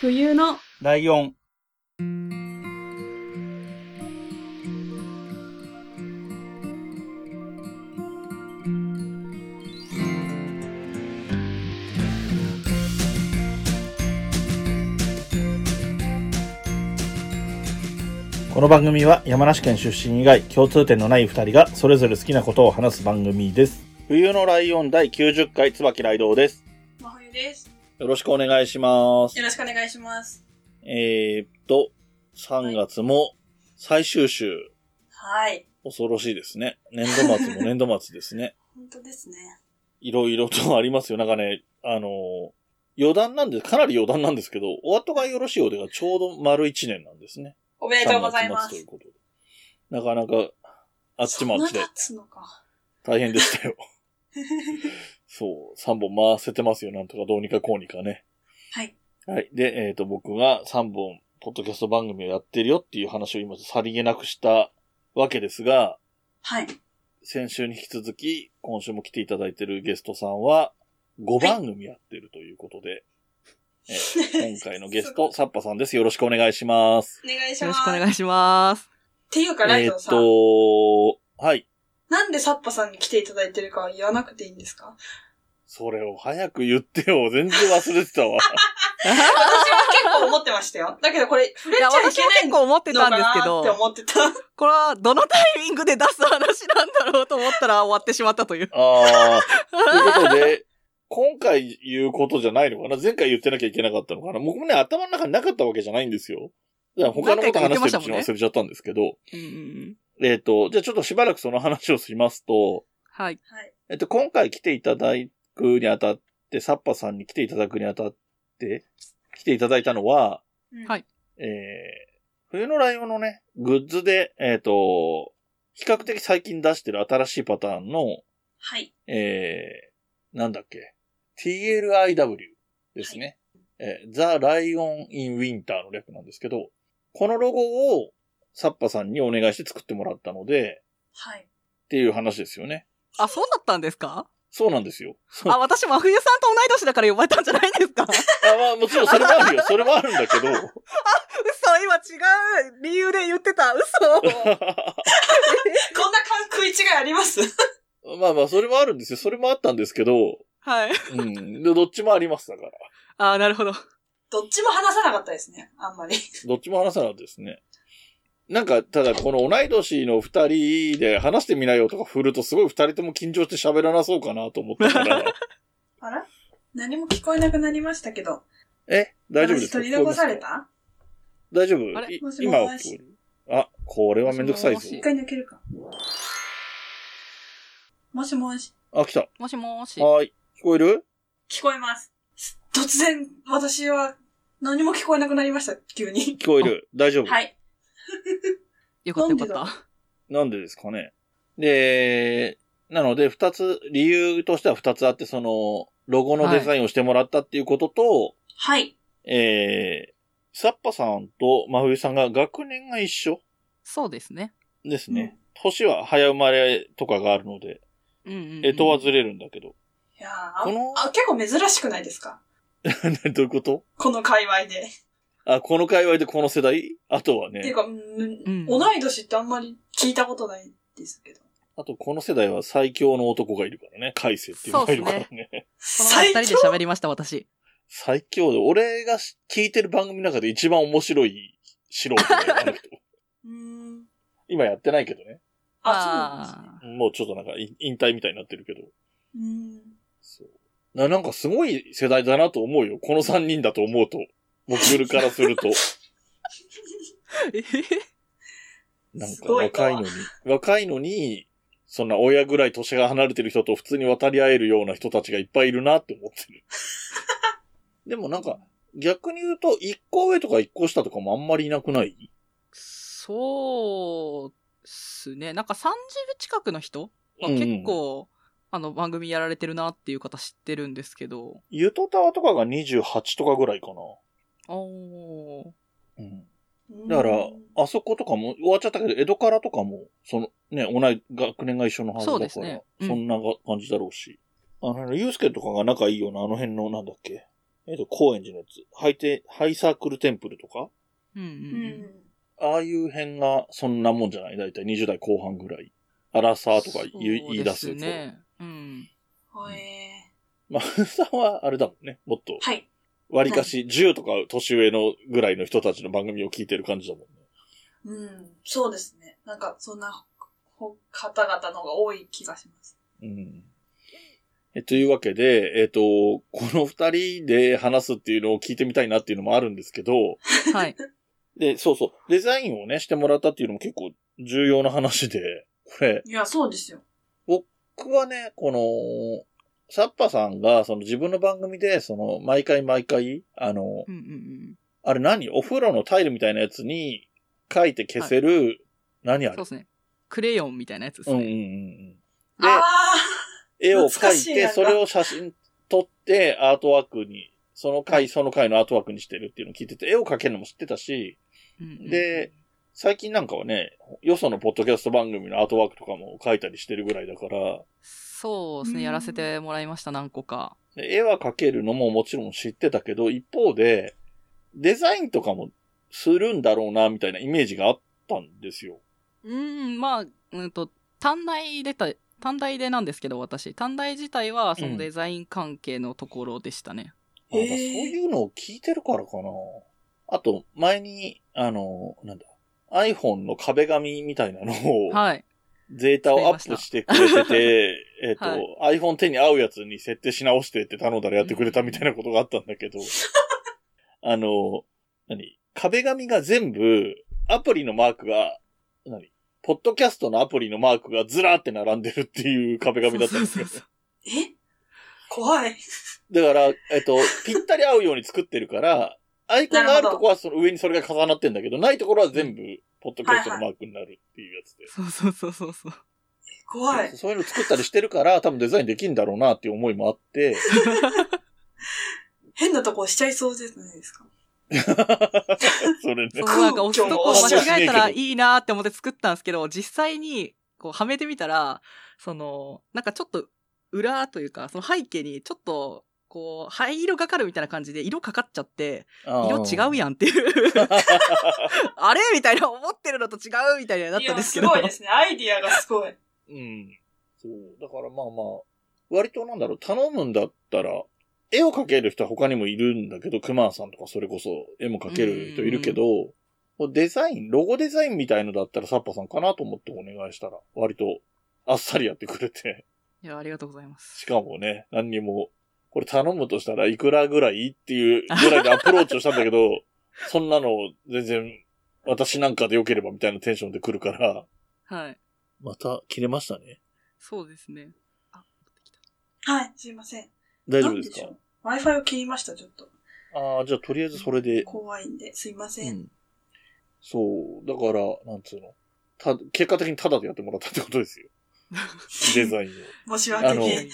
冬のライオン。この番組は山梨県出身以外共通点のない二人がそれぞれ好きなことを話す番組です。冬のライオン第90回椿雷道です。真冬です。よろしくお願いします。よろしくお願いします。えーっと、3月も最終週、はい。恐ろしいですね。年度末も年度末で すね。本当ですね。いろいろとありますよ。なんかね、あのー余談なんです、かなり余談なんですけど、お後がよろしいようでがちょうど丸1年なんですね。おめでとうございま3月末というす。ことで。なかなか、あっちもあっちそんでな経つのか。大変でしたよ。 そう、3本回せてますよ。なんとかどうにかこうにかね。はい。はい。で、えっ、と、僕が3本、ポッドキャスト番組をやってるよっていう話を今、さりげなくしたわけですが、はい。先週に引き続き、今週も来ていただいてるゲストさんは、5番組やってるということで、 えー今回のゲスト、サッパさんです。よろしくお願いします。お願いしまよろすし。くお願いします。っていうか、ラえイっドさん、と、はい。なんでサッパさんに来ていただいてるか言わなくていいんですかそれを早く言ってよ。全然忘れてたわ。私は結構思ってましたよ。だけどこれ、触れいちゃや、い私はけ結ない構思ってのかたんですなけってど、思ってた。これはどのタイミングで出す話なんだろうと思ったら終わってしまったという。ああ。ということで、今回言うことじゃないのかな前回言ってなきゃいけなかったのかな僕もね、頭の中になかったわけじゃないんですよ。だから他のこと話してるうちに忘れちゃったんですけど。うんうんうんえっ、と、じゃあちょっとしばらくその話をしますと、はい。はい。えっと、今回来ていただくにあたって、サッパさんに来ていただくにあたって、来ていただいたのは、うんはいえー、冬のライオンのね、グッズで、えっ、と、比較的最近出してる新しいパターンの、はい。えー、なんだっけ、TLIW ですね。えー、The Lion in Winter の略なんですけど、このロゴをサッパさんにお願いして作ってもらったので、はい。っていう話ですよね。あ、そうだったんですかそうなんですよ。そうあ、私、真冬さんと同い年だから呼ばれたんじゃないんですか 嘘、あまあ、もちろんそれもあるよ。それもあるんだけど。 今違う理由で言ってた。嘘こんな勘食い違いありますまあまあ、それもあるんですよ。それもあったんですけど、はい。うん。でどっちもありますだから。あ、なるほど。どっちも話さなかったですね。あんまり。どっちも話さなかったですね。なんか、ただ、この同い年の二人で話してみなよとか振ると、すごい二人とも緊張して喋らなそうかなと思っ たから。あら何も聞こえなくなりましたけど。え大丈夫ですか私取り残され聞こたえますか大丈夫あれいもしもし今は聞こえるあ、これはめんどくさいぞもしも一回抜けるか。もしもし。あ、来た。もしもし。はーい。聞こえる聞こえます。突然、私は何も聞こえなくなりました、急に。聞こえる。大丈夫。はい。よかったよかっなんた。なんでですかね。で、なので、二つ、理由としては二つあって、その、ロゴのデザインをしてもらったっていうことと、はい。えー、サッパさんと真冬さんが学年が一緒そうですね。ですね。年は早生まれとかがあるので、うんうん、うん。えとはずれるんだけど。いやーこのあ、結構珍しくないですか どういうことこの界隈で。あ、この界隈でこの世代あとはっていねう、か、うんうん同い年ってあんまり聞いたことないですけど。あとこの世代は最強の男がいるからね、海星っていうのがいるからね。この前二最人強で喋りました、私。最強で、俺がし聞いてる番組の中で一番面白い素人だよ、あの人うーん。今やってないけどね。あ、そうなんですね。あもうちょっとなんかい引退みたいになってるけど。うーん。そうな。なんかすごい世代だなと思うよ。この3人だと思うと。僕から すると。ーえ へへなんすかごいな若いのに、若いのに、そんな親ぐらい年が離れてる人と普通に渡り合えるような人たちがいっぱいいるなって思っ てる。でもなんか、逆に言うと、一個上とか一個下とかもあんまりいなくないそうですね。なんか30近くの人はうん結構、あの番組やられてるなっていう方知ってるんですけど。ゆとたわとかが28とかぐらいかおーな。うん。うーんだから、あそことかも、終わっちゃったけど、江戸からとかも、その、ね、同い、学年が一緒のはずだそうから、ですそねうんんなが感じだろうし。あの、ゆうすけとかが仲いいような、あの辺の、なんだっけ、えっと、高円寺のやつ。ハイテ、ハイサークルテンプルとかうんううんん。ああいう辺がそんなもんじゃないだいたい20代後半ぐらい。アラサーとか言い言い出すそうと。ですね。うん。ほえまあ、ふさんはあれだもんね。もっとー。、はい。わりかし10とか年上のぐらいの人たちの番組を聞いてる感じだもんね。うん。そうですね。なんか、そんな、ほ方々の方が多い気がします。うんえというわけで、えっ、と、この二人で話すっていうのを聞いてみたいなっていうのもあるんですけど、はい。 で、そうそう、デザインをね、してもらったっていうのも結構重要な話で、これ、いや、そうですよ。僕はね、この、サッパさんが、その自分の番組で、その、毎回毎回、あの、うんうんあれ何お風呂のタイルみたいなやつに書いて消せる、何あうれん。そうですね。クレヨンみたいなやつですうんうんうんうね。ん。で、ああ絵を懐か描いしいて、なそれを写真撮って、アートワークに、その回、その回のアートワークにしてるっていうのを聞いてて、絵を描けるのも知ってたし、うんうんで、最近なんかはね、よそのポッドキャスト番組のアートワークとかも描いたりしてるぐらいだから、そうですね。やらせてもらいました、何個か。で絵は描けるのももちろん知ってたけど、一方で、デザインとかもするんだろうな、みたいなイメージがあったんですよ。うん、まあ、うんと、短大出た、短大でなんですけど、私。短大自体は、そうんのデザイン関係のところでしたね。あだへーそういうのを聞いてるからかな。あと、前に、あの、なんだ、iPhone の壁紙みたいなのを、はい。データをアップしてくれて て、えっと、は iPhone 手に合うやつに設定し直してって頼んだらやってくれたみたいなことがあったんだ けど、あの、何壁紙が全部、アプリのマークが、何ポッドキャストのアプリのマークがずらーって並んでるっていう壁紙だったんですよそうそう。そうえ怖い。だから、えっと、ぴったり合うように作ってる から、アイコンがあるとこはその上にそれが重なってんだけど、ないところは全部、ポッドキャストのマークになるっていうやつで。そうそうそうそう。怖いそう。そういうの作ったりしてるから、多分デザインできんだろうなっていう思いもあ って、変なとこ押しちゃいそうじゃないですか。それねそう。なんか押すとこ空気を間違えたらいいなーって思って作ったんですけど、実際にこうはめてみたら、その、なんかちょっと裏というか、その背景にちょっと、こう、灰色がかるみたいな感じで色かかっちゃって、色違うややんっ ていう。あれみたいな、思ってるのと違うみたいなだっいたんや、ですすけど。ごいですね。アイディアがすごい。ん。うん。そう。だからまあまあ、割となんだろう、頼むんだったら、絵を描ける人は他にもいるんだけど、クマさんとかそれこそ絵も描ける人いるけど、もうデザイン、ロゴデザインみたいのだったらサッパさんかなと思ってお願いしたら、割とあっさりやってくれて、いや、ありがとうございます。しかもね、何にも、これ頼むとしたらいくらぐらいっていうぐらいでアプローチをしたんだけど、 そんなの全然私なんかで良ければみたいなテンションで来るから、はい。また切れましたね。そうですね。あ、持ってきた。はい、すいません。大丈夫ですかなんでしょう ?Wi-Fi を切りました、ちょっと。ああ、じゃあとりあえずそれで。怖いんで、すいませ。うんん。そう、だから、なんつうの。た、結果的にタダでやってもらったってこと ですよ。デザインを。申しあ訳のね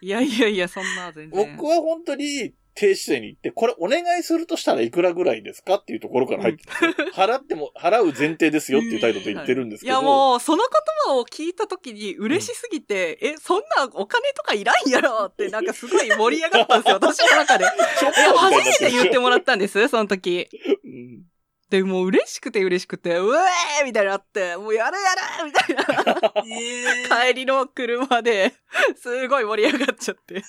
いやえ。いやいやいや、そんな全然。僕は本当に低姿勢に行って、これお願いするとしたらいくらぐらいですかっていうところから入ってたんですよ、払っても、払う前提ですよっていう態度で言ってるんですけど。はいいやもう、その言葉を聞いた時に嬉しすぎて、え、そんなお金とかいらんやろ って、なんかすごい盛り上がったんですよ、私の中で。え、ショッカーみたいに初なめて言ってるもらったんです、その時。うんで、もう嬉しくて嬉しくて、うえーみたいになって、もうやれやれみたいな。 えー、帰りの車で、すごい盛り上がっちゃって。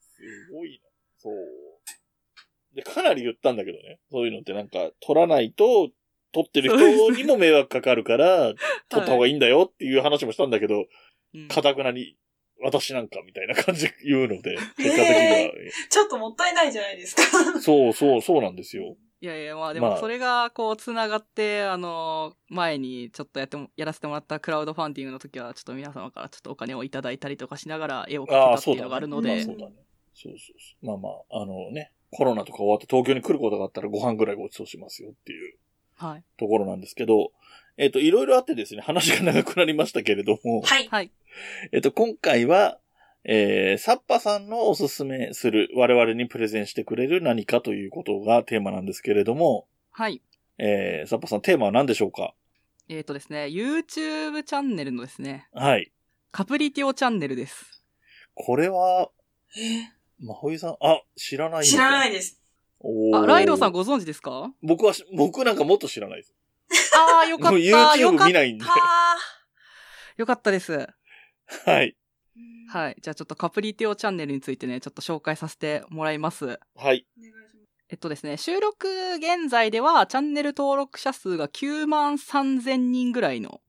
すごいな。そう。で、かなり言ったんだけどね。そういうのってなんか、取らないと、取ってる人にも迷惑かかる から、取った方がいいんだよっていう話もしたんだけど、うんかたくなに、私なんかみたいな感じで言うので、結果的にえは。 ちょっともったいないじゃないですか。そうそう、そうなんですよ。いやいや、まあでまあもそれがこうつながって、あの、前にちょっとやっても、やらせてもらったクラウドファンディングの時は、ちょっと皆様からちょっとお金をいただいたりとかしながら絵を描けあたあ、ってそいううだ、ね。のがあるのまあで、そうだね。そうそうそう。まあまあ、あのね、コロナとか終わって東京に来ることがあったらご飯ぐらいごちそうしますよっていうはい。ところなんですけど、えっ、と、いろいろあってですね、話が長くなりましたけれども、はい。はい。えっと、今回は、えー、サッパさんのおすすめする、我々にプレゼンしてくれる何かということがテーマなんですけれども、はい。えー、サッパさん、テーマは何でしょうかえっ、とですね、YouTube チャンネルのですね、はい。カプリティオチャンネルです。これは、えー、まほいさん、あ、知らない。知らないいです。おーあ、ライドウさんご存知ですか僕はし、僕なんかもっと知らないです。ああ、よかっもた。うよか YouTube っ見ないんで。た。よかったです。はい。い。はい。じゃあちょっとカプリティオチャンネルについてね、ちょっと紹介させてもらいます。はい。お願いしまえっとですね、収録現在ではチャンネル登録者数が9万3000人ぐらいの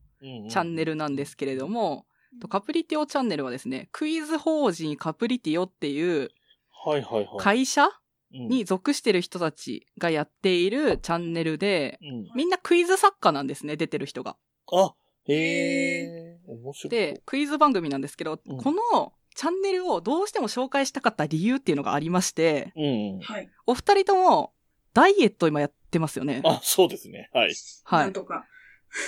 チャンネル。ルなんですけれども、すとカプリティオチャンネルはですね、クイズ法人カプリティオっていうはいはいはい。会社うんに属してる人たちがやっているチャンネルで、うん。みんなクイズ作家なんですね、出てる人が。あ、へえ、面白い。で、クイズ番組なんですけど、うんこのチャンネルをどうしても紹介したかった理由っていうのがありまして、うんうん。はい。お二人ともダイエット今やってますよね。あ、そうですね。はい。はなんい。とか。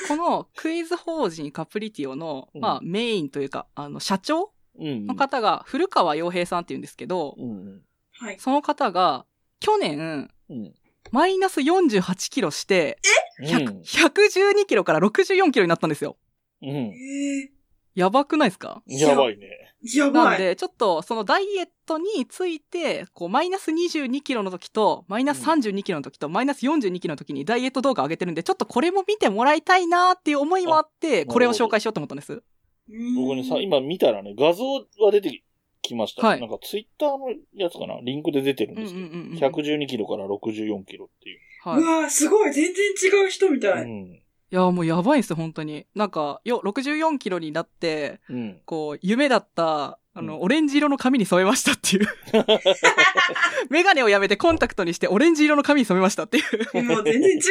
このクイズ法人カプリティオの、うんまあメインというか、あの社長うん。の方が古川洋平さんっていうんですけど、うんうん。はい。その方が去年うん。マイナス48キロして、うん。 112キロから64キロになったんですよ。うん。えやばくないですかいややばいね。ー、やなばんい。で、ちょっとそのダイエットについて、こう、マイナス22キロの時と、マイナス32キロの時と、マイナス42キロの時にダイエット動画上げてるんで、ちょっとこれも見てもらいたいなーっていう思いもあって、ほどこれを紹介しようと思ったんです。僕ね、さ、うん。今見たらね、画像は出てきました。はいなんかツイッターのやつかなリンクで出てるんうでんうんすけど。うんうん。 112キロから64キロっていう。はいうわーすごい。全然違う人みたい。うん。いやーもうやばいんですよ、本当に。なんか、よ、64キロになって、うん。こう、夢だった、あの、うオレンジ色の髪に染めましたっ ていう。メガネをやめてコンタクトにしてオレンジ色の髪に染めましたっていう。もう全然違う。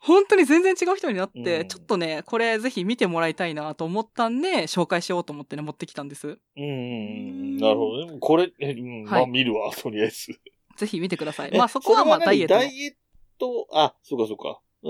本当に全然違う人になって、うんちょっとね、これぜひ見てもらいたいなと思ったんで、紹介しようと思ってね、持ってきたんです。うんうんうん。なるほどね。でもこれ、えうんまはあい見るわ、とりあえず。ぜひ見てください。えまあそこはまあれダイエ何ットのダイエット、あ、そうかそ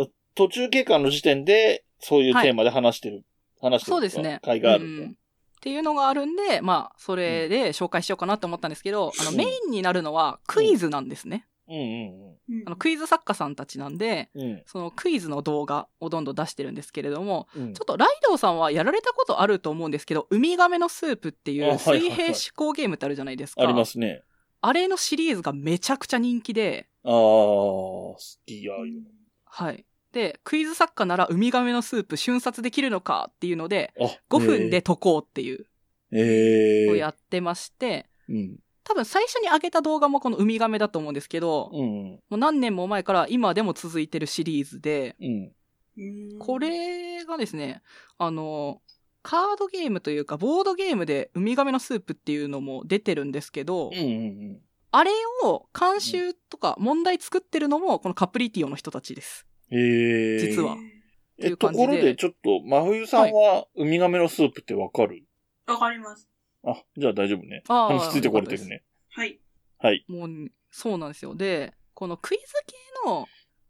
うか。途中経過の時点で、そういうテーマで話してる。話してるそうですね。会があるうんで。んっていうのがあるんで、まあ、それで紹介しようかなと思ったんですけど、あの、うんメインになるのはクイズなんですね。うんうんあの、クイズ作家さんたちなんで、うん。うんそのクイズの動画をどんどん出してるんですけれども、うんちょっとライドウさんはやられたことあると思うんですけど、ウミガメのスープっていうあはいはいは水い平思考ゲームってあるじゃないですか。ありますね。あれのシリーズがめちゃくちゃ人気で、ああ、好きや。はい。で、クイズ作家ならウミガメのスープ瞬殺できるのかっていうので、あ、 5分で解こうっていうえー。えーのをやってまして、うん。多分最初に上げた動画もこのウミガメだと思うんですけど、もうん。う何年も前から今でも続いてるシリーズで、うん。うんこ、れがですね、あの、カードゲームというか、ボードゲームでウミガメのスープっていうのも出てるんですけうどん。、うん。あれを監修とか問題作ってるのも、このカプリティオの人たちです。えー。実はっていえ、うと感じでころで、ちょっと、真冬さんは、ウミガメのスープってわかる、わかります。あ、じゃあ大丈夫ね。あー話ついてこれてるね。はい。はい。もう、そうなんですよ。で、このクイズ系の、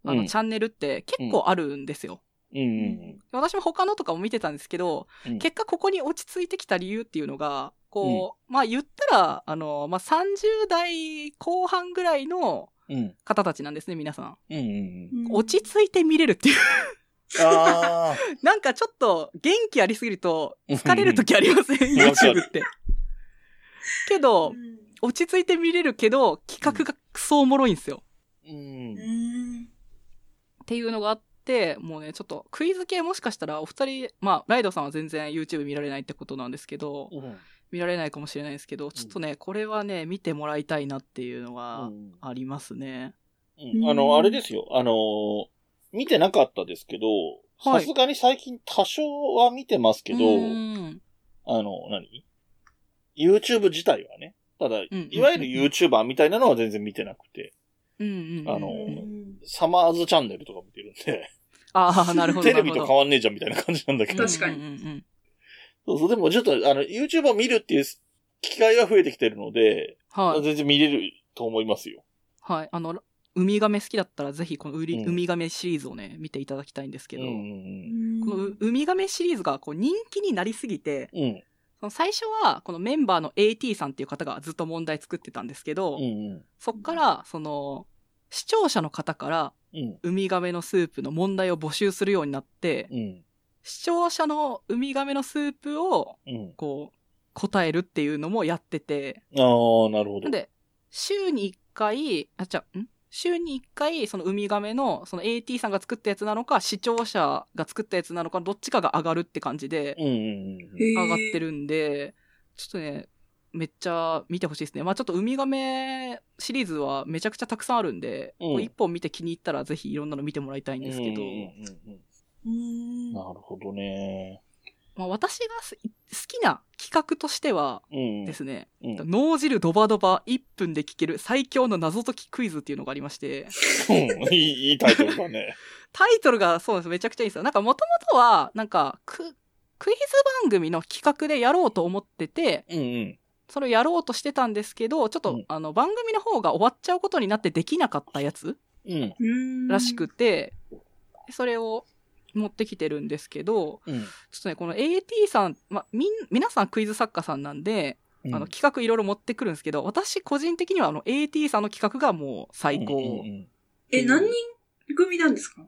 あうの、んチャンネルって結構あるんですよ。うんうん私も他のとかも見てたんですけど、うん結果ここに落ち着いてきた理由っていうのが、こう、まあ言ったら、あの、まあ30代後半ぐらいのうん。うん。方たちなんですね、皆さん。うんうんうん。落ち着いて見れるっていう。 ああ。なんかちょっと元気ありすぎると疲れる時ありません、んわか YouTube るって。けどう、ん落ち着いて見れるけど、企画がクソおもろいんですよ。うんう。ん。っていうのがあって、もうね、ちょっとクイズ系もしかしたらお二人、まあ、ライドさんは全然 YouTube 見られないってことなんですけど、うん見られないかもしれないですけど、ちょっとね、これはね、見てもらいたいなっていうのうがんありますね。うんあの、あれですよ。あのー、見てなかったですけど、はさいすがに最近多少は見てますけど、うんあの、何 ?YouTube 自体はね。ただ、んいわゆる YouTuber みたいなのは全然見てなくて、うんうんうんあのうんサマーズチャンネルとか見てるんで、ああ、なるほ ど。テレビなるとほ変どわんねえじゃんみたいな感じなんだけど。確かにうんうんうんそうそう、でもちょっと、あの、YouTube を見るっていう機会が増えてきてるので、はい。全然見れると思いますよ。はい。あの、ウミガメ好きだったら、ぜひこのウリ、うんウミガメシリーズをね、見ていただきたいんですけうんど、うんこのウウミガメシリーズがこう人気になりすぎて、うん。うん。その最初は、このメンバーの AT さんっていう方がずっと問題作ってたんですけど、うんそっから、その、視聴者の方から、うん。ウミガメのスープの問題を募集するようになってう、ん。視聴者のウミガメのスープを、うん。こう、答えるっていうのもやってて、ああ、なるほなどん。で、週に1回、あ、じゃあ、ん週に1回、そのウミガメの、その AT さんが作ったやつなのか、視聴者が作ったやつなのか、どっちかが上がるって感じで、うんうんうん。上上がって。るんで、ちょっとね、めっちゃ見てほしいですね。まあちょっとウミガメシリーズはめちゃくちゃたくさんあるんで、うんこう一本見て気に入ったらぜひいろんなの見てもらいたいんですけど、うんうんうんうーん。なるほどね。まあ私がす好きな企画としてはうん。ですね、うんうん脳汁ドバドバ1分で聞ける最強の謎解きクイズっていうのがありまして、 いい、いいタイトルだね。タイトルがそうなんですめちゃくちゃいいんですよ。なんかもともとは、なんかククイズ番組の企画でやろうと思ってて、うんうん。それをやろうとしてたんですけど、ちょっと、うんあの、番組の方が終わっちゃうことになってできなかったやつうん。うーんらしく。て、それを持ってきてるんですけど、うん。ちょっとね、この AT さん、ま、みん、皆さんクイズ作家さんなんで、うんあの、企画いろいろ持ってくるんですけど、私個人的にはあの、AT さんの企画がもう最高。うんうんうんえ、何人組なんですか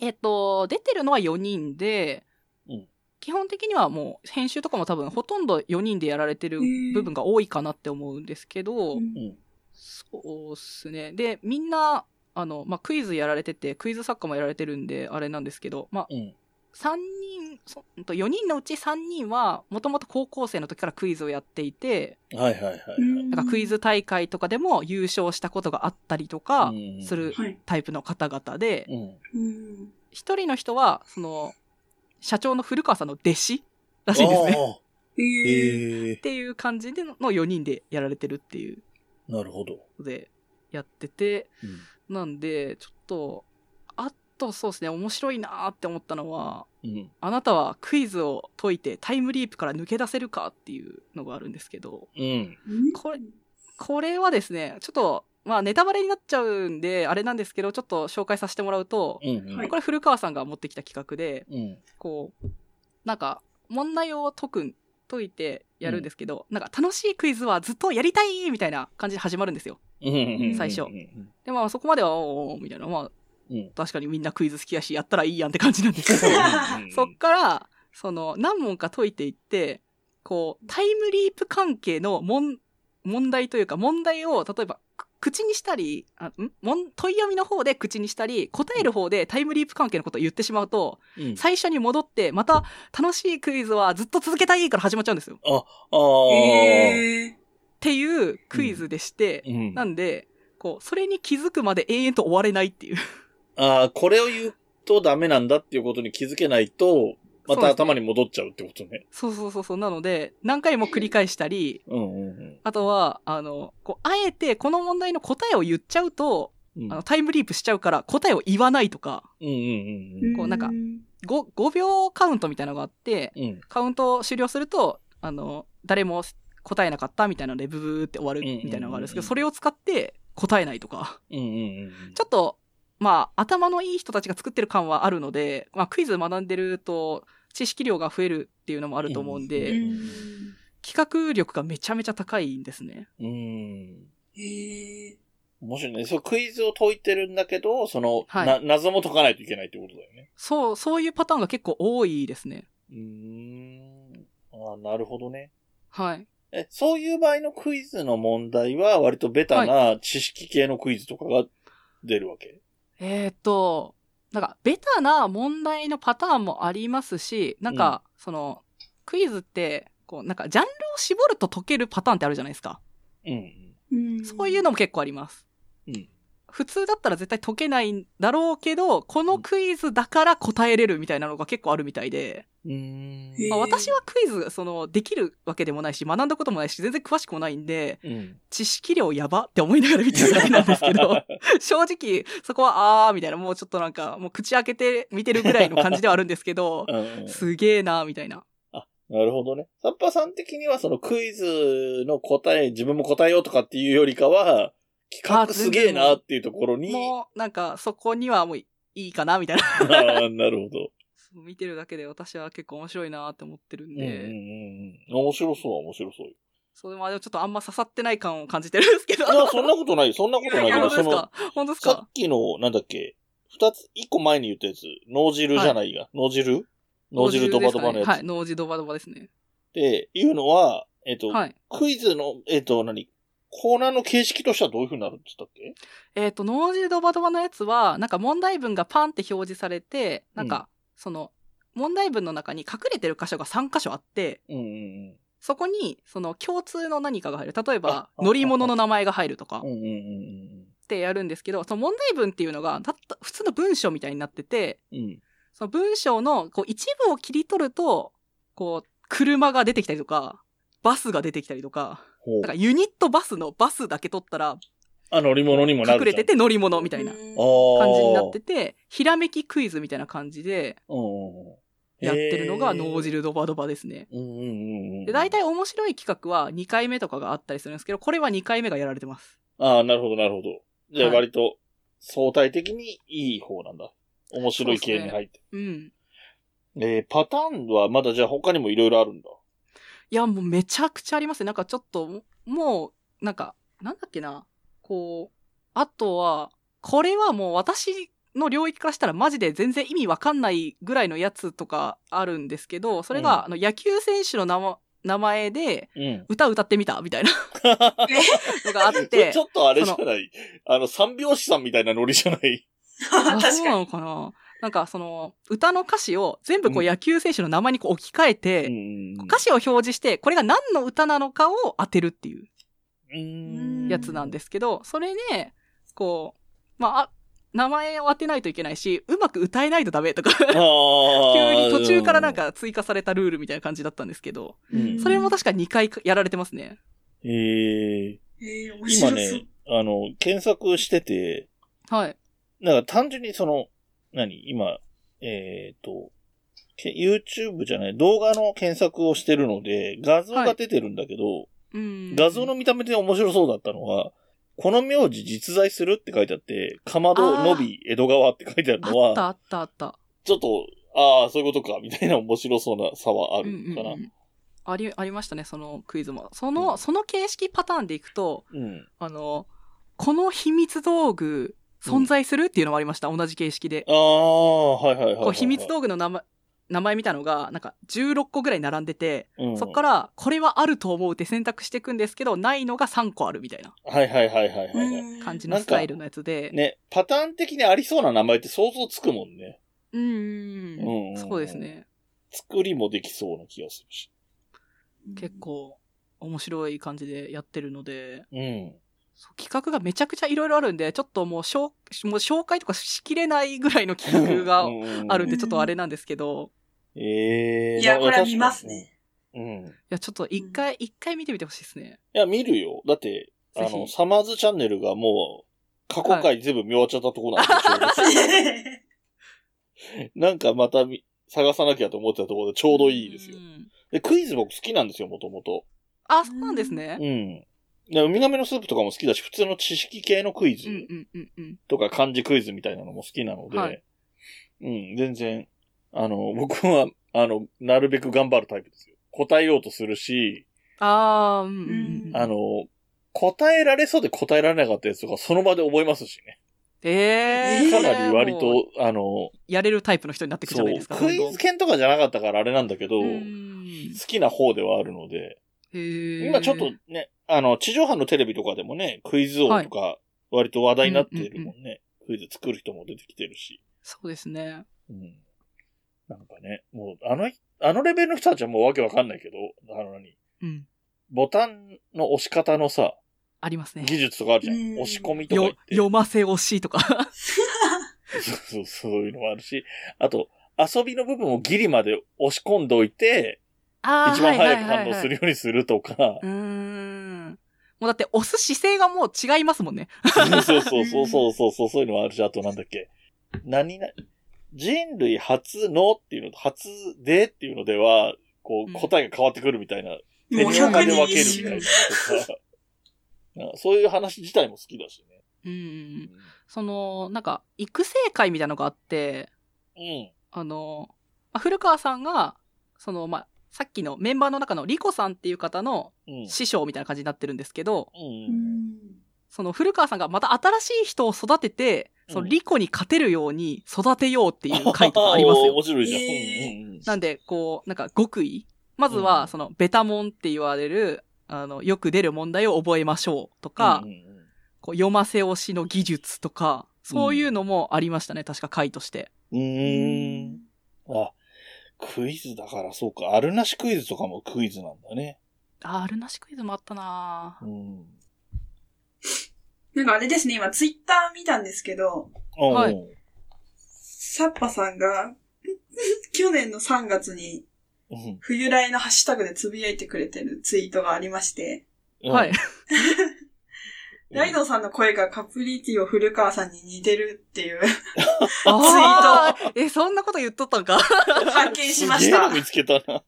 えっと、出てるのは4人で、うん基本的にはもう編集とかも多分ほとんど4人でやられてる部分が多いかなって思うんですけど、うんうんそうっすね。で、みんな、あの、まあ、クイズやられてて、クイズ作家もやられてるんで、あれなんですけど、まあ、うん。 3人、そうんと4人のうち3人は、もともと高校生の時からクイズをやっていて、はいはいはい。なんかクイズ大会とかでも優勝したことがあったりとかうんするはい。タイプの方々で、うん。うん。 1人の人は、その、社長の古川さんの弟子らしいですね。っあえーー、へえていう感じでの4人でやられてるっていうなるほど。ので、やってて、うんなんで、ちょっと、あとそうですね、面白いなーって思ったのは、うん。あなたはクイズを解いてタイムリープから抜け出せるかっていうのがあるんですけど、うん。うんこれ、これはですね、ちょっと、まあネタバレになっちゃうんで、あれなんですけど、ちょっと紹介させてもらうと、うんうん。はいこれ古川さんが持ってきた企画で、うん。こう、なんか、問題を解くん、解いてやるんですけど、なんか楽しいクイズはずっとやりたいみたいな感じで始まるんですよ。うんうんうん。最初うんで、まあそこまでは、おーおーみたいな、まあうん。確かにみんなクイズ好きやし、やったらいいやんって感じなんですけど、うん そっから、その、何問か解いていって、こう、タイムリープ関係の問、問題というか、問題を、例えば、く口にしたり、あん問問い読みの方で口にしたり、答える方でタイムリープ関係のことを言ってしまうと、うん最初に戻って、また、楽しいクイズはずっと続けたいから始まっちゃうんですよ。っああ。えー、ていうクイズでして、うんなんで、こう、それに気づくまで永遠と終われないっていう。ああ、これを言うとダメなんだっていうことに気づけないと、また頭に戻っちゃうってことね。そうそうそうそう。なので、何回も繰り返したり、うんうんあとは、あの、こう、あえてこの問題の答えを言っちゃうと、うん。うんあの、タイムリープしちゃうから答えを言わないとか、うんうんううんこうなんか 5, 5秒カウントみたいなのがあって、ん。うん。カウント終了すると、あの、誰も答えなかったみたいなので、ブブーって終わるみたいなのがあるんですけうんうんうんうんど、それを使って答えないとか、うんうんうん。ちょっと、まあ、頭のいい人たちが作ってる感はあるので、まあ、クイズ学んでると、知識量が増えるっていうのもあると思うんえで、ー、企画力がめちゃめちゃ高いんですね。うん。え面白いね。そう、クイズを解いてるんだけど、その、はいな謎も解かないといけないってことだよね。そう、そういうパターンが結構多いですね。うーん。ああ、なるほどね。はい。え、そういう場合のクイズの問題は、割とベタな知識系のクイズとかが出るわけ、えーっと、なんか、ベタな問題のパターンもありますし、なんか、その、クイズって、こう、なんか、ジャンルを絞ると解けるパターンってあるじゃないですか。うんー、そういうのも結構あります。うん。普通だったら絶対解けないんだろうけど、このクイズだから答えれるみたいなのが結構あるみたいで、うん。うーへんえまあ、私はクイズ、その、できるわけでもないし、学んだこともないし、全然詳しくもないんで、うん。、知識量やばって思いながら見てるだけなんですけど、正直、そこは、あーみたいな、もうちょっとなんか、もう口開けて見てるぐらいの感じではあるんですけどうんすげーなーみたいな。なるほどね。サッパーさん的にはそのクイズの答え、自分も答えようとかっていうよりかは、企画すげえなっていうところに、もう、なんか、そこにはもういいかなみたいな。ああ、なるほど。見てるだけで私は結構面白いなーって思ってるんうんうんで、うん。面白そう、面白そう。それまでちょっとあんま刺さってない感を感じてるんですけど。いや、そんなことない、そんなことないいやけいど、や本当でそすのか、本当ですさかっきの、なんだっけ、二つ、一個前に言ったやつ、脳汁じゃないが、脳汁脳汁ドバドバのやつ、はい、脳汁ドバドバですっね。ていうのは、えっ、と、はい。クイズの、えっ、と、何コーナーの形式としてはどういう風になるんでしたっけえっ、と、脳汁ドバドバのやつは、なんか問題文がパンって表示されて、なんか、その、問題文の中に隠れてる箇所が3箇所あって、うんうんそこに、その共通の何かが入る。例えば、ああ乗り物の名前が入るとかうん。うんうんうんってやるんですけど、その問題文っていうのが、たった普通の文章みたいになってて、うん。うん。その文章のこう一部を切り取ると、こう、車が出てきたりとか、バスが出てきたりとか、ほうだからユニットバスのバスだけ取ったら、あ、乗り物にもなる隠れてて乗り物みたいなうーん感感じになってて、ひらめきクイズみたいな感じでやってるのが脳汁ドバドバですね。うんうんうんうん。で、大体面白い企画は2回目とかがあったりするんですけど、これは2回目がやられてます。ああ、なるほど、なるほど。じゃあはい割と相対的にいい方なんだ。面白い系に入って。うん。えー、パターンはまだじゃあ他にもいろいろあるんだ。いや、もうめちゃくちゃありますね。なんかちょっと、もう、なんか、なんだっけな。こう、あとは、これはもう私の領域からしたらマジで全然意味わかんないぐらいのやつとかあるんですけど、それうんが、あの、野球選手の名も名前で、うん。歌歌ってみた みたいなえのがあっで、て ち。ょっとあれじゃない。あの、三拍子さんみたいなノリじゃない。 確あかそうにな。のかななんかその、歌の歌詞を全部こううん野球選手の名前にこう置き換えて、ん歌詞を表示して、これが何の歌なのかを当てるっていうやつなんで。ですけど、それで、こう、まああ、名前を当てないといけないし、うまく歌えないとダメとか、ああ。 急に途中からなんか追加されたルールみたいな感じだったんですけど、うんそれも確か2回やられてますね。うん。えー、えー、面白今そう。ね、あの、検索してて、はい。だから単純にその、何今、えっ、と、け YouTube じゃない、動画の検索をしてるので、画像が出てるんだけど、うん。画像の見た目で面白そうだったのは、この名字実在するって書いてあって、かまど、あーのび、江戸川って書いてあるのあったは、あったあった。ちょっと、ああ、そういうことか、みたいな面白そうな差はあうんるうんかな。ううんん。あり、ありましたね、そのクイズも。そうの、んその形式パターンでいくと、あの、この秘密道具存在するっていうのもありました、同じ形式で。ああ、はいはいはいはいはい。こう秘密道具の名前、名前みたいのが、なんか16個ぐらい並んでて、うんそっから、これはあると思うって選択していくんですけど、ないのが3個あるみたいなはいはいはいはいはいはい。うん感じのスタイルのやつで。ね、パターン的にありそうな名前って想像つくもんね。ううんうんんうんそうですね。作りもできそうな気がするし。結。構面白い感じでやってるので、うん。そう企画がめちゃくちゃいろいろあるんで、ちょっともうしょうもう紹介とかしきれないぐらいの企画があるんで、ちょっとあれなんですけど、うん。ええー。いや、これは見見ます。 ね。うん。いいや、ちょっと一回、一回見てみてほしいですね。や、見るよ。だって、あぜの、ひサマーズチャンネルがもう、過去は回全部見終わっちゃったとこなんで、ちょうど なんかまたみ探さなきゃと思ってたところでちょうどいいですよう。んで、クイズ僕好きなんですよ、もともと。あ、そうなんですねう。ん。で、ウミガメのスープとかも好きだし、普通の知識系のクイうんズうんうんうん。とか漢字クイズみたいなのも好きなので、はいうん、全然、あの、僕は、あの、なるべく頑張るタイプですよ。答えようとするし、ああ、うんうんうん。あの、答えられそうで答えられなかったやつとか、その場で覚えますしね。ええかなり割もうと、あの、やれるタイプの人になってくじそゃうないです、か。クイズ犬とかじゃなかったからあれなんだけど、を。う好んきな方ではあるので、へー今ちょっとね、あの、地上波のテレビとかでもね、クイズ王とか、割と話題になってるもんね。クイズ作る人も出てきてるし。そうですね。うん。なんかね、もう、あの、あのレベルの人たちはもうわけわかんないけど、あの何うん。ボタンの押し方のさ、ありますね。技術とかあるじゃうんん。押し込みとか言っよて。読ませ惜しいとか。そうそう、そういうのもあるし、あと、遊びの部分をギリまで押し込んどいて、あ ー一番早くはいはいはい反はい応するようにするとかう、ーん。もうだって押す姿勢がもう違いますもんね。そうそうそうそうそうそう、そういうのもあるし、あとなんだっけ、何々人類初のっていうのと初でっていうのでは、こううん答えが変わってくるみたいな。うんもう手に100中で分人け一るみたいな瞬。とか。なんかそういう話自体も好きだしね。うんうん。その、なんか、育成会みたいなのがあって、うん。あの、まあ古川さんが、その、まあ、さっきのメンバーの中のリコさんっていう方のうん。師匠みたいな感じになってるんですけど、うん。うんその古川さんがまた新しい人を育てて、そのリコに勝てるように育てようっていう回とかあります よ面。白いじゃん。えーうんうんうんなんで、こう、なんか極意まずは、うんその、ベタモンって言われる、あの、よく出る問題を覚えましょうとか、うんうんうんこう読ませ押しの技術とか、そういうのもありましたね、確か回として。うーん。あ、クイズだからそうか。あるなしクイズとかもクイズなんだね。あー、あるなしクイズもあったなうぁん。なんかあれですね、今ツイッター見たんですけど、あはいうんサッパさんが、 去年の3月にうん冬来のハッシュタグでつぶやいてくれてるツイートがありまして、うんはい。 うんライドさんの声がカプリティを古川さんに似てるっていう あーえ、そんなこと言っとったんか。発見しましすげたえの。見つけたな。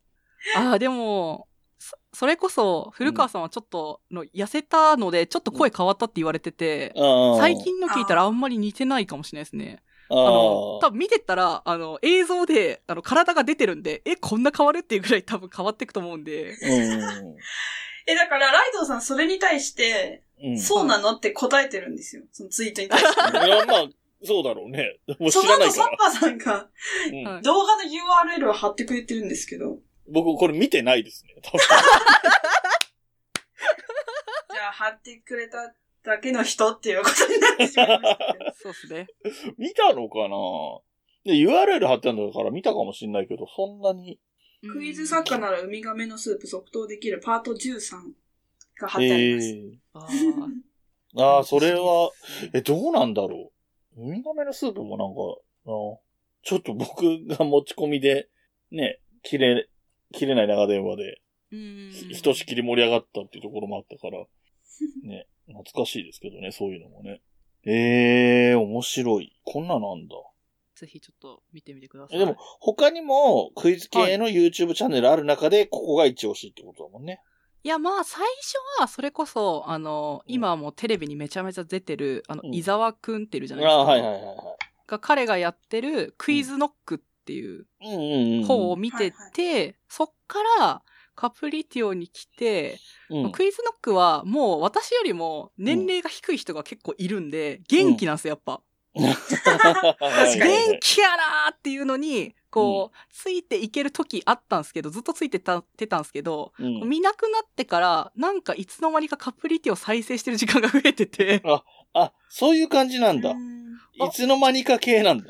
ああ、でも、そそれこそ、古川さんはちょっと、の痩せたので、ちょっと声変わったって言われてて、最最近の聞いたらあんまり似てないかもしれないですね。ああーの、多分見てたら、あの、映像で、あの、体が出てるんで、え、こんな変わるっていうぐらい多分変わっていくと思うんうで、んえ、だからライドさんそれに対して、うん。うんそうなのって答えてるんですよ。そのツイートに対して。いや、まあ、そうだろうね。もうそ知のらな後いサかッら。パさんがうんはい動画の URL を貼ってくれてるんですけど、僕、これ見てないですね。多分じゃあ貼ってくれただけの人っていうことになってしまいましたけど。そうですね。見たのかなで、URL 貼ってあるんだから見たかもしんないけど、そんなに。 うん クイズ作家ならウミガメのスープ即答できるパート13が貼ってあります。えあーえ。ああ、それは、え、どうなんだろう。ウミガメのスープもなんか、あちょっと僕が持ち込みで、ね、切れ、切れない長電話で、うんひひとしきり盛り上がったっていうところもあったから、ね、懐かしいですけどね、そういうのもね。ええー、面白い。こんななんだ。ぜひちょっと見てみてくださえい。でも、、他にもクイズ系の YouTube チャンネルある中で、ここが一押しってことだもんね。いや、まあ、最初は、それこそ、あの、今もうテレビにめちゃめちゃ出てる、あの、うん伊沢くんっているじあゃあないですか。ー、はいはいはいはが、彼がやってる、クイズノックっていうい。うんうんうん。方を見てて、そっから、カプリティオに来て、うん、クイズノックはもう私よりも年齢が低い人が結構いるんで、元気なんですよ、やっぱ。 確元気やなーっていうのに、こう、ついていける時あったんですけど、ずっとついてた、てたんですけど、うん、見なくなってから、なんかいつの間にかカプリティを再生してる時間が増え てて、あ、そういう感じなんうだ。んいつの間にか系なんだ。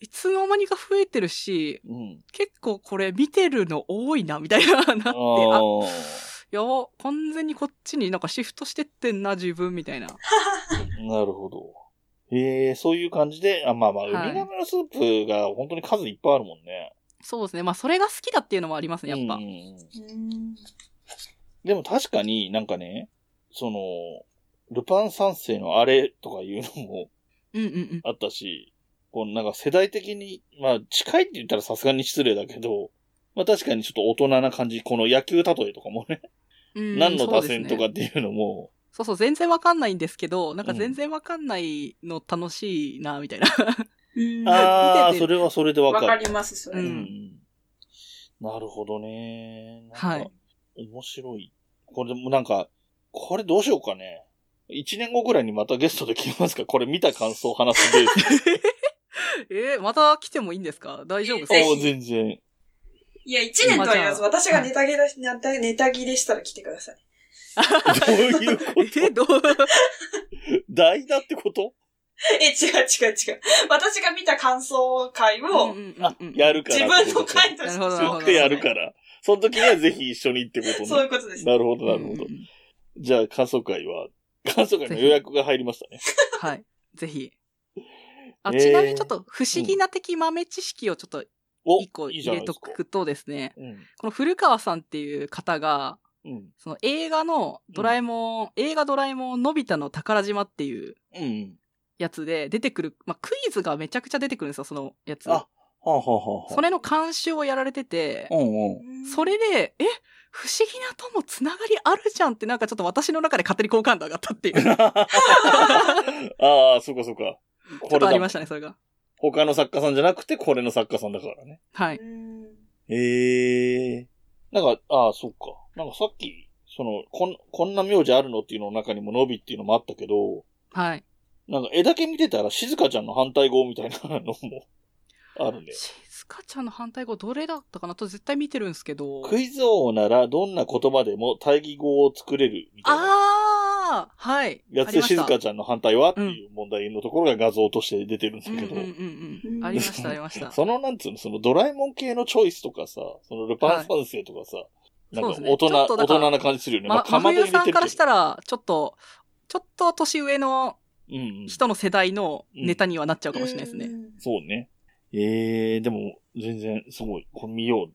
いつの間にか増えてるし、うん。結構これ見てるの多いな、みたいな、なって、ああ、いーや、完全にこっちになんかシフトしてってんな、自分、みたいな。なるほど。ええそういう感じで、あ、まあまあ、ウミはいガメのスープが本当に数いっぱいあるもんね。そうですね。まあ、それが好きだっていうのもありますね、やっぱ。うんうんうんうんでも確かになんかね、その、ルパン三世のあれとかいうのもうんうんうん。あったし、こうなんか世代的に、まあ近いって言ったらさすがに失礼だけど、まあ確かにちょっと大人な感じ、この野球例えとかもね、うん何の打そうです線ねとかっていうのも、そうそう、全然わかんないんですけど、なんかうん全然わかんないの楽しいな、みたいな。 うんああ、見てそてれはそれでわわかる。かります、それ。ううんん。なるほどね。なんかはい。面白い。これでもなんか、これどうしようかね。一年後ぐらいにまたゲストで来ますかこれ見た感想を話す ベースえーまた来てもいいんですか大丈夫ですかぜひおー全然。いや、一年とは言わず、まあじゃあ私がネタ切れ、ネタネタ切れしたら来てください。どういうこえ ーどうと代打ってことえ、違う違う違う。私が見た感想会うんをう、んうんあうん、やるから自って分ことのか。回としてなるほどなるほっどてやるから。その時にはぜひ一緒にってことそういね。うことです。。なるほど、なるほうんうどんう。んじゃあ、感想会は、感想会の予約が入りましたね。はい。ぜひ。あ、えーちなみにちょっと不思議な的豆知識をちょっとお、い一個い入じゃなれいでとすか。くとですね、うん。この古川さんっていう方が、うん。その映画のドラえもん、映画ドラえもんのび太の宝島っていううん。やつで出てくる、まあ、クイズがめちゃくちゃ出てくるんですよ、そのやつ。あはあ、はあはあ、それの監修をやられてて、うんうん。それで、え、不思議なともつながりあるじゃんってなんかちょっと私の中で勝手に好感度上がっ たっていう。ちああ、そうかそうか。ょこっとあれだりまし。たね、それが。他の作家さんじゃなくて、これの作家さんだからね。はいうん。ええなんか、ああ、そっか。なんかさっき、その、こん、こんな名字あるのっていうのの中にも、のびっていうのもあったけど、はい。なんか絵だけ見てたら、静香ちゃんの反対語みたいなのも、 あるね。静香ちゃんの反対語どれだったかなと絶対見てるんですけど。クイズ王ならどんな言葉でも対義語を作れるみたいなああはい。やつありでまし静た香ちゃんの反対はっていう問題のところが画像として出てるんだうんうんけど、うんうん。ありました、ありました。そのなんつうの、そのドラえもん系のチョイスとかさ、そのルパン三世とかさ、なんかそうですね大人、ちょっと大だから人な感じするよね。ま、真冬さんからしたら、ら、ちょっと、ちょっと年上のうんうん、人の世代のネタにはなっちゃうかもしれないですね。そうね。えー、でも、全然、すごい、これ見よう。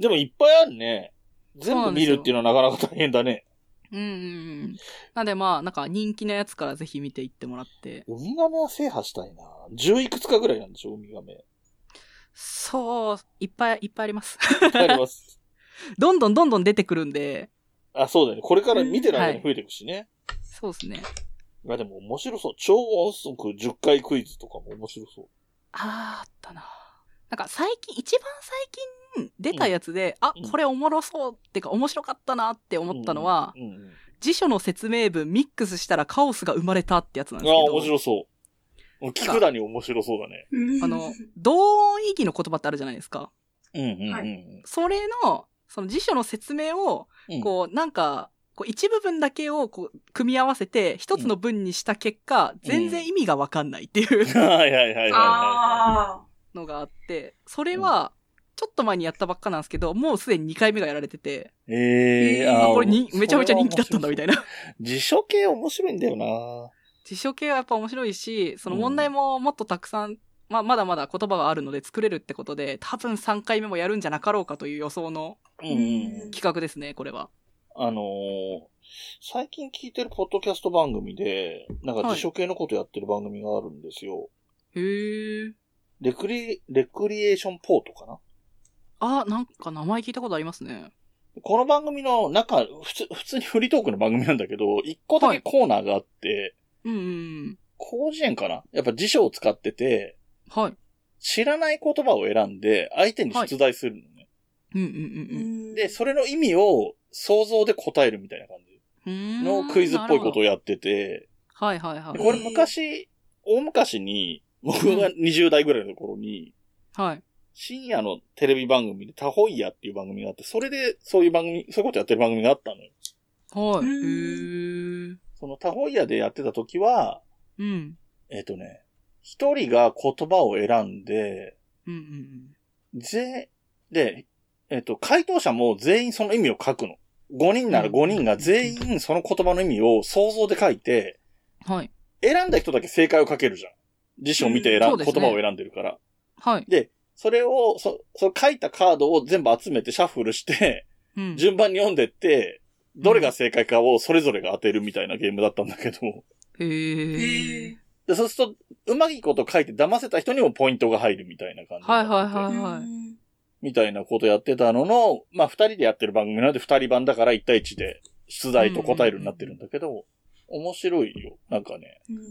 でもいっぱいあるね。全部見るっていうのはなかなか大変だね。うんうんうん。なんでまあ、なんか人気のやつからぜひ見ていってもらって。ウミガメは制覇したいな。十いくつかぐらいなんでしょ、ウミガメ。いっそう、いっぱいいっぱいあり ます。ぱいあり ます。どんどんどんどん出てくるんで、あ、そうだよね。これから見てる間はにい増えていくしね。そうですね。あ、でも面白そう。超音速10回クイズとかも面白そう。あーあったな。なんか最近、一番最近出たやつで、あうん、これおもろそうってか面白かったなって思ったのは、うんうん。辞書の説明文ミックスしたらカオスが生まれたってやつなんあでー、すけど。面白そう。聞くだに面白そうだね。うん あの、同音異義の言葉ってあるじゃないですか。うんうんはうんそれの、その辞書の説明を、うん。こう、なんか、こう一部分だけをこう組み合わせて、一つの文にした結果、全然意味がわかんないっていううん。はいはいはいはいはあのがあって、それは、ちょっと前にやったばっかなんですけど、もうすでに2回目がやられてて、い。えー、ああーこれにめちゃめちゃ人気だったんだみたいな。辞書系面白いんだよな辞書系はやっぱ面白いし、その問題ももっとたくさん、まあ、まだまだ言葉があるので作れるってことで、多分3回目もやるんじゃなかろうかという予想のうんうん企画ですね、これは。あのー最近聞いてるポッドキャスト番組で、なんか辞書系のことやってる番組があるんですよ。へー。レクリ、レクリエーションポートかなあ、なんか名前聞いたことありますね。この番組の中、普通、普通にフリートークの番組なんだけど、一個だけコーナーがあって、うんうん広辞苑かなやっぱ辞書を使ってて、うん。はい。知らない言葉を選んで、相手に出題するのね。うんうーうんんで、それの意味を想像で答えるみたいな感じうんうん。のクイズっぽいことをや。やってて、はいはいはでい。これ昔、大昔に、僕が20代ぐらいの頃に、はい。深夜のテレビ番組でタホイヤっていう番組があって、それでそういう番組、そういうことやってる番組があったのよ。はい。へうんー。そのタホイヤでやってた時は、うん。えっ、とね、一人が言葉を選んで、うんうんぜ、で、えっ、と、回答者も全員その意味を書くの。5人なら5人が全員その言葉の意味を想像で書いて、うん。はい。選んだ人だけ正解を書けるじゃん。辞書を見てうん選そん、うですね言葉を選んでるから。はい。それを、そ、その書いたカードを全部集めてシャッフルして、うん。順番に読んでって、どれが正解かをそれぞれが当てるみたいなゲームだったんだけど。へへーー。で、そうすると、うまいこと書いて騙せた人にもポイントが入るみたいな感じ。はいはいはいうんみたいなことやってたのの、まあ、二人でやってる番組なので二人版だから一対一で出題と答えるようになってるんだけど、面白いよ。なんかね、うん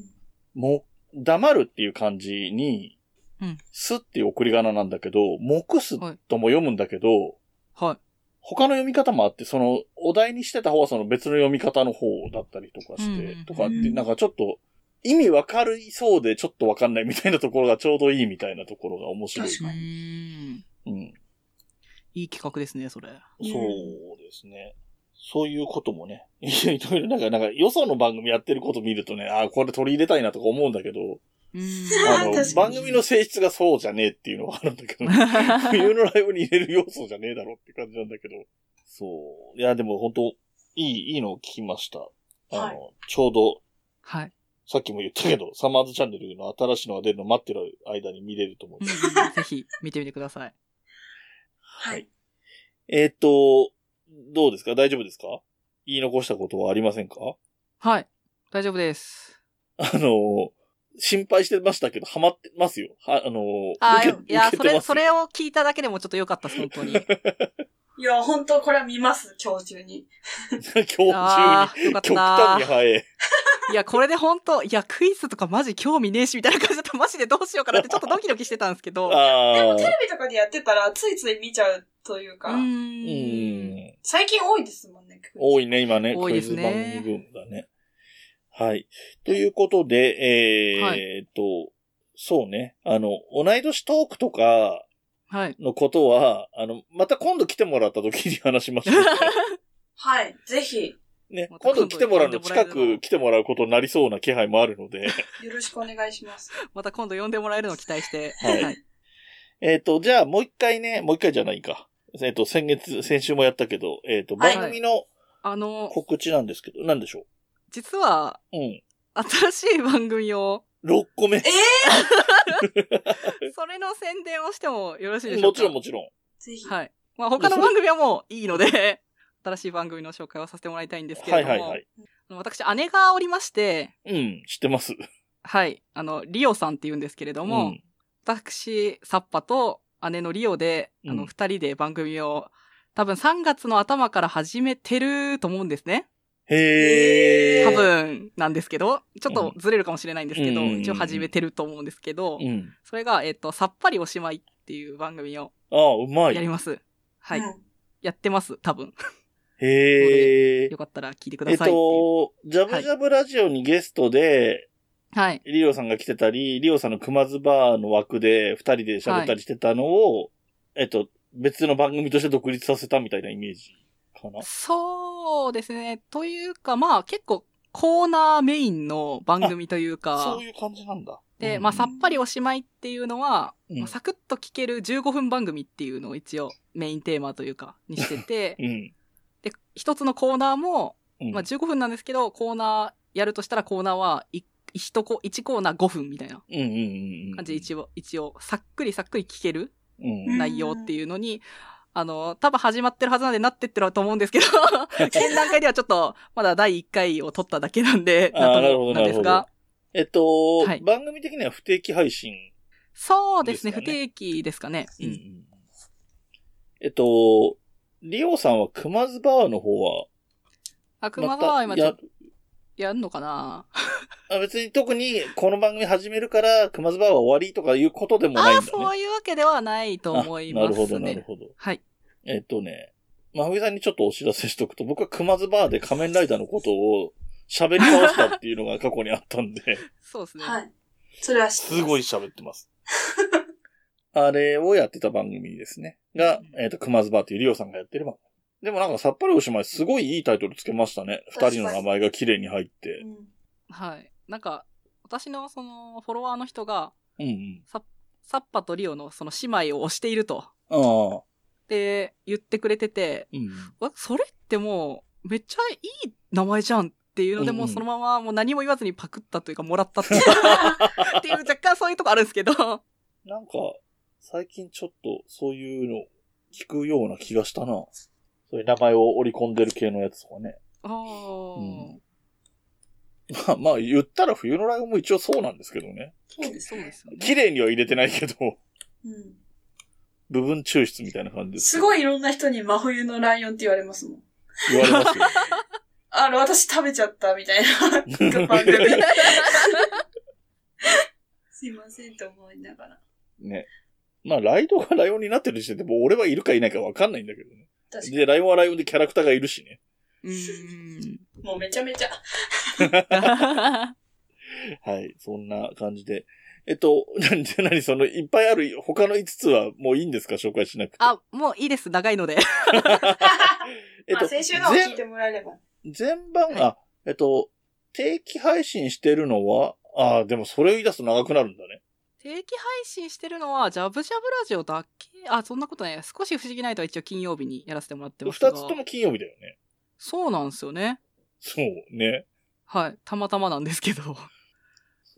も、黙るっていう漢字にうん、すっていう送り仮名なんだけど、黙すとも読むんだけど、はい。他の読み方もあって、その、お題にしてた方はその別の読み方の方だったりとかして、うんうんとかって、うんなんかちょっと、意味わかるそうでちょっとわかんないみたいなところがちょうどいいみたいなところが面白い。確うかにーん。うん。いい企画ですね、それ。そうですね。そういうこともね、 いろいろなんか、なんか、よその番組やってること見るとね、ああ、これ取り入れたいなとか思うんだけど、うーんあー あの確、か番に組の性質がそうじゃねえっていうのはあるんだけ ど、冬のライブに入れる要素じゃねえだろって感じなんだけど、そう。いや、でも本当いい、いいのを聞きました。あの、はいちょうど、 はい。さっきも言ったけど、サマーズチャンネルの新しいのが出るのを待ってる間に見れると思ううん。うんぜひ見てみてください。はい。えーっと、どうですか大丈夫ですか言い残したことはありませんかはい。大丈夫です。あの、心配してましたけど、ハマってますよ。はあの、あ受ー、けいや、受けそてますれ、よそれを聞いただけでもちょっと良かったです、本当に。いや、本当これは見ます、今日中に。 今日あ中あ、 よかに、極っ端にた。早い。いや、これで本当いや、クイズとかマジ興味ねえし、みたいな感じだったマジでどうしよ うかなってちょっとドキドキしてたんですけど。うでもテレああ。ビとかでやってたら、ついつい見ちゃうというか、うーん。ん。最近多いですもんね。多い。いね、今ね。多いですねクイズ番組ブームだね。はい。ということで、えーはいえーっと、そうね。あの、同い年トークとかはい。のことは、あの、また今度来てもらった時に話しましょう。 はい。ぜひ、ね、また今今度度来てもらうの、呼んでもらえ近るのく来てもらうことになりそうな気配もあるので。よろしくお願いします。また今度呼んでもらえるのを期待して。はいはい。えっ、と、じゃあもう一回ね、もう一回じゃないか。えっ、と、先月、先週もやったけど、えっ、と、はい番組のあの、告知なんですけど、なんでしょ実は、ううん。新しい番組を、 6個目。それの宣伝をしてもよろしいでしょもうちかろんもちろん。ぜひ。はい。まあ他の番組はもういいので、 新しい番組の紹介をさせてもらいたいんですけはれいども、はいはい。あの私、姉がおりまして、うん、知ってます。はい、あの、リオさんって言うんですけれども、うん私、サッパと姉のリオで、あうの、ん二人で番組を、多分3月の頭から始めてると思うんですね。へー。多分なんですけど、ちょっとずれるかもしれないんですけど、うん一応始めてると思うんですけど、うん。それが、えっ、と、さっぱりおしまいっていう番組をああ、うまやりい。ます。はい、うんやってます、多分。へーよ。かったら聞いてくえだっさいっていうと、ジャブジャブラジオにゲストで、はい。リオさんが来てたり、リオさんの熊津バーの枠で二人で喋ったりしてたのを、えっと、別の番組として独立させたみたいなイメージかな。そうですね。というか、まあ結構コーナーメインの番組というかそう、いう感じなんだ。で、うんまあさっぱりおしまいっていうのは、うんまあサクッと聞ける15分番組っていうのを一応メインテーマというかにしててう、ん。で、一つのコーナーも、うんまあ15分なんですけど、コーナーやるとしたらコーナーは1、一コ一コーナー5分みたいなうんうんうんうん。感じで一応、一応、さっくりさっくり聞けるうん。内容っていうのに、あの、多分始まってるはずなんでなってってると思う んですけど、現段階ではちょっと、まだ第1回を撮っただけなんで、 あーなんともなるほどなるほどんですが、えっと、はい番組的には不定期配信。そうですね、です不かね定期ですかね。うんえっと、リオさんは熊津バーの方は、あ、熊沢はま今ちたょやっと、やんのかなあ別に特にこの番組始めるから熊津バーは終わりとかいうことでもないんだああ、ね。そういうわけではないと思いまあなるほど、すなるね。ほど。はい。えっとね、まふぎさんにちょっとお知らせしとくと、僕は熊津バーで仮面ライダーのことを喋り倒したっていうのが過去にあったんで、そうですね。はい。それは知ってますごい喋ってます。 あれをやってた番組ですね。が、えっ、と、熊津バーっていうリオさんがやってれば。でもなんかさっぱりおしまい、すごいいいタイトルつけましたね。二人の名前が綺麗に入ってう。んはい。なんか、私のその、フォロワーの人が、うんうん。サッパとリオのその姉妹を推していると、ああ。って言ってくれてて、うん。わそれってもう、めっちゃいい名前じゃんっていうので、うんうんもうそのままもう何も言わずにパクったというか、もらっ たっていうかっていう、若干そういうとこあるんですけど。なんか、最近ちょっとそういうの聞くような気がしたな。そういう名前を織り込んでる系のやつとかね。あーうん まあまあ言ったら冬のライオンも一応そうなんですけどね。そうです そうねで。すよね。綺麗には入れてないけど、うん部分抽出みたいな感じです。すごいいろんな人に真冬のライオンって言われますもん。言われますよ。あの、私食べちゃったみたい な番組。すいませんと思いながら。ね。まあライドがライオンになってる時点でもう俺はいるかいないかわかんないんだけどね。確かに。で、ライオンはライオンでキャラクターがいるしね。うーん。 もうめちゃめちゃ。はい。そんな感じで。えっと、 なんで、何その、いっぱいある他の5つはもういいんですか紹介しなくて。あ、もういいです。長いので。 えっまと、あ、先週のを聞いてもらえれば。。全番、はいあ、えっと、定期配信してるのは、ああ、でもそれを言い出すと長くなるんだね。定期配信してるのは、ジャブジャブラジオだけ、あ、そんなことね、少し不思議ないとは一応金曜日にやらせてもらって二まつすが。とも金曜日だよね。そうなんですよね。そうね。はい。たまたまなんですけど。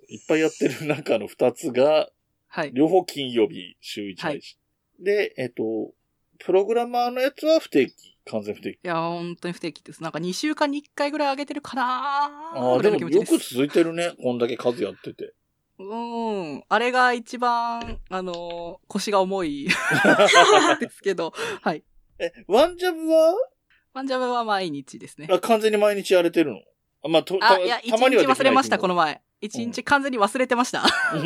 いっぱいやってる中の二つが、はい。両方金曜日、週一配信。で、えっと、プログラマーのやつは不定期、完全不定期。いや、本当に不定期です。なんか2週間に1回ぐらい上げてるかなーああ、ぐらでいのも気持ちよくす続いてるね。こんだけ数やってて。うん。あれが一番、あのー腰が 重いですけど、はい。え、ワンジャブは、ワンジャブは毎日ですね。あ完全に毎日やれてるのあまあ、とあ、たいや、一たまにはで日きない忘れました、けこどの前。一日完全に忘れてました。うん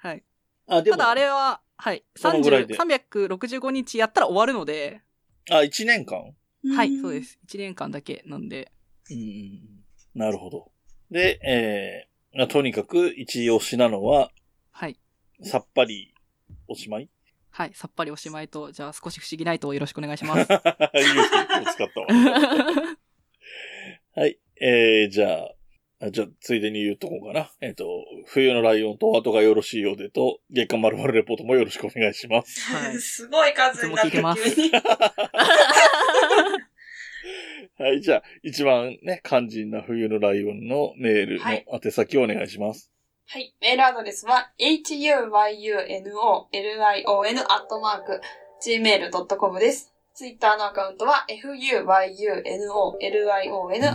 はい。 あ、でも、ただあれは、はい。どのぐらい30で365日やったら終わるので、あ、一年間 はい、そうですす。1年間だけなんで。うんうんうんなるほど。で、えまあとにかく一押しなのは、はい。さっぱりおしまい いいはい。さっぱりおしまいと、じゃあ少し不思議ナイトをよろしくお願いし ます。ですね使ったわ。はい。えー、じゃあ、あじゃあ、ついでに言っとこうかな。えっ、と、冬のライオンと後がよろしいようでと、月刊まるレポートもよろしくお願いし ます。はいすごい数になったいつも聞いてます急に。 はい。じゃあ、一番ね、肝心な冬のライオンのメールはいの宛先をお願いします。はい。メールアドレスは、huyunolion.gmail.com です。ツイッターのアカウントは、fuyunolion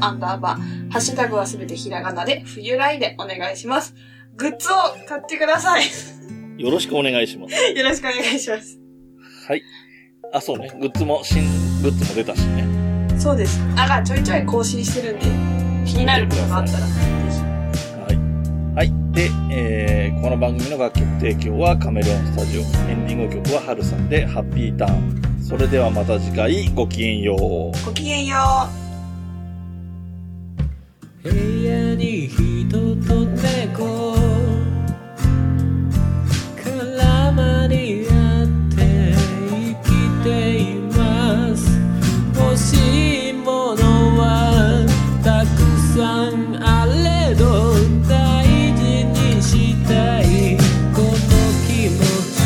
アンダーバー。ハッシュタグはすべてひらがなで、冬来でお願いします。グッズを買ってください。 よろしくお願いします。よろしくお願いします。はい。あ、そうね。グッズも、新グッズも出たしね。そうです。あがちょいちょい更新してるんで、気になることがあったら、ぜはい。はい。で、えーこの番組の楽曲提供はカメレオンスタジオ。エンディング曲はハルさんで、ハッピーターン。それではまた次回、ごきげんよう。ひ、ごきげんよう。部屋に人と猫絡まり合って生きています欲しいものはたくさんあれど大事にしたいこの気持ち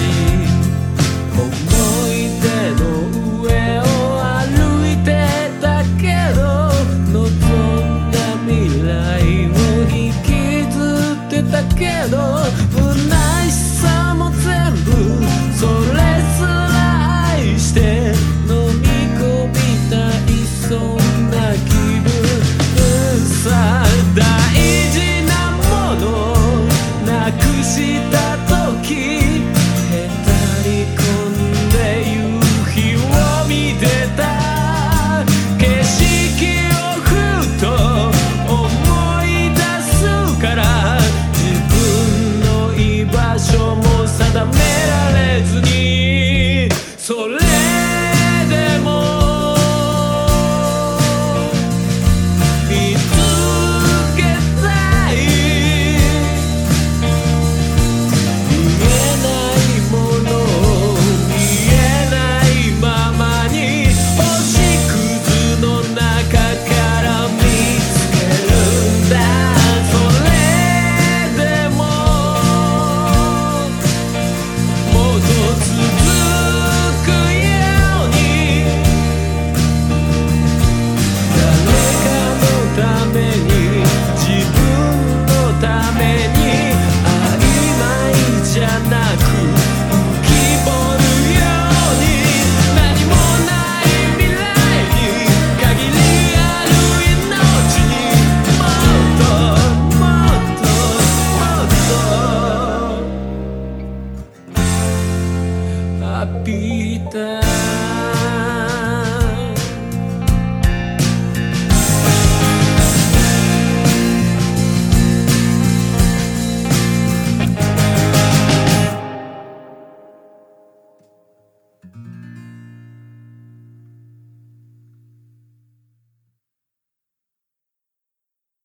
思い出の上を歩いてたけど望んだ未来を引きずってたけど不悔しさも全部それすら愛して飲み込みたいそんな気分さ大事なものなくした時へたり込んで夕日を見てた景色をふと思い出すから自分の居場所も定められずにそれでも「見つけたい」「見えないもの見えないままに星屑の中から見つけるんだ」「それでももっと続くように」誰かのために自分のために曖昧じゃなく浮き彫るように何もない未来に限りある命にもっともっともっとハッピーターン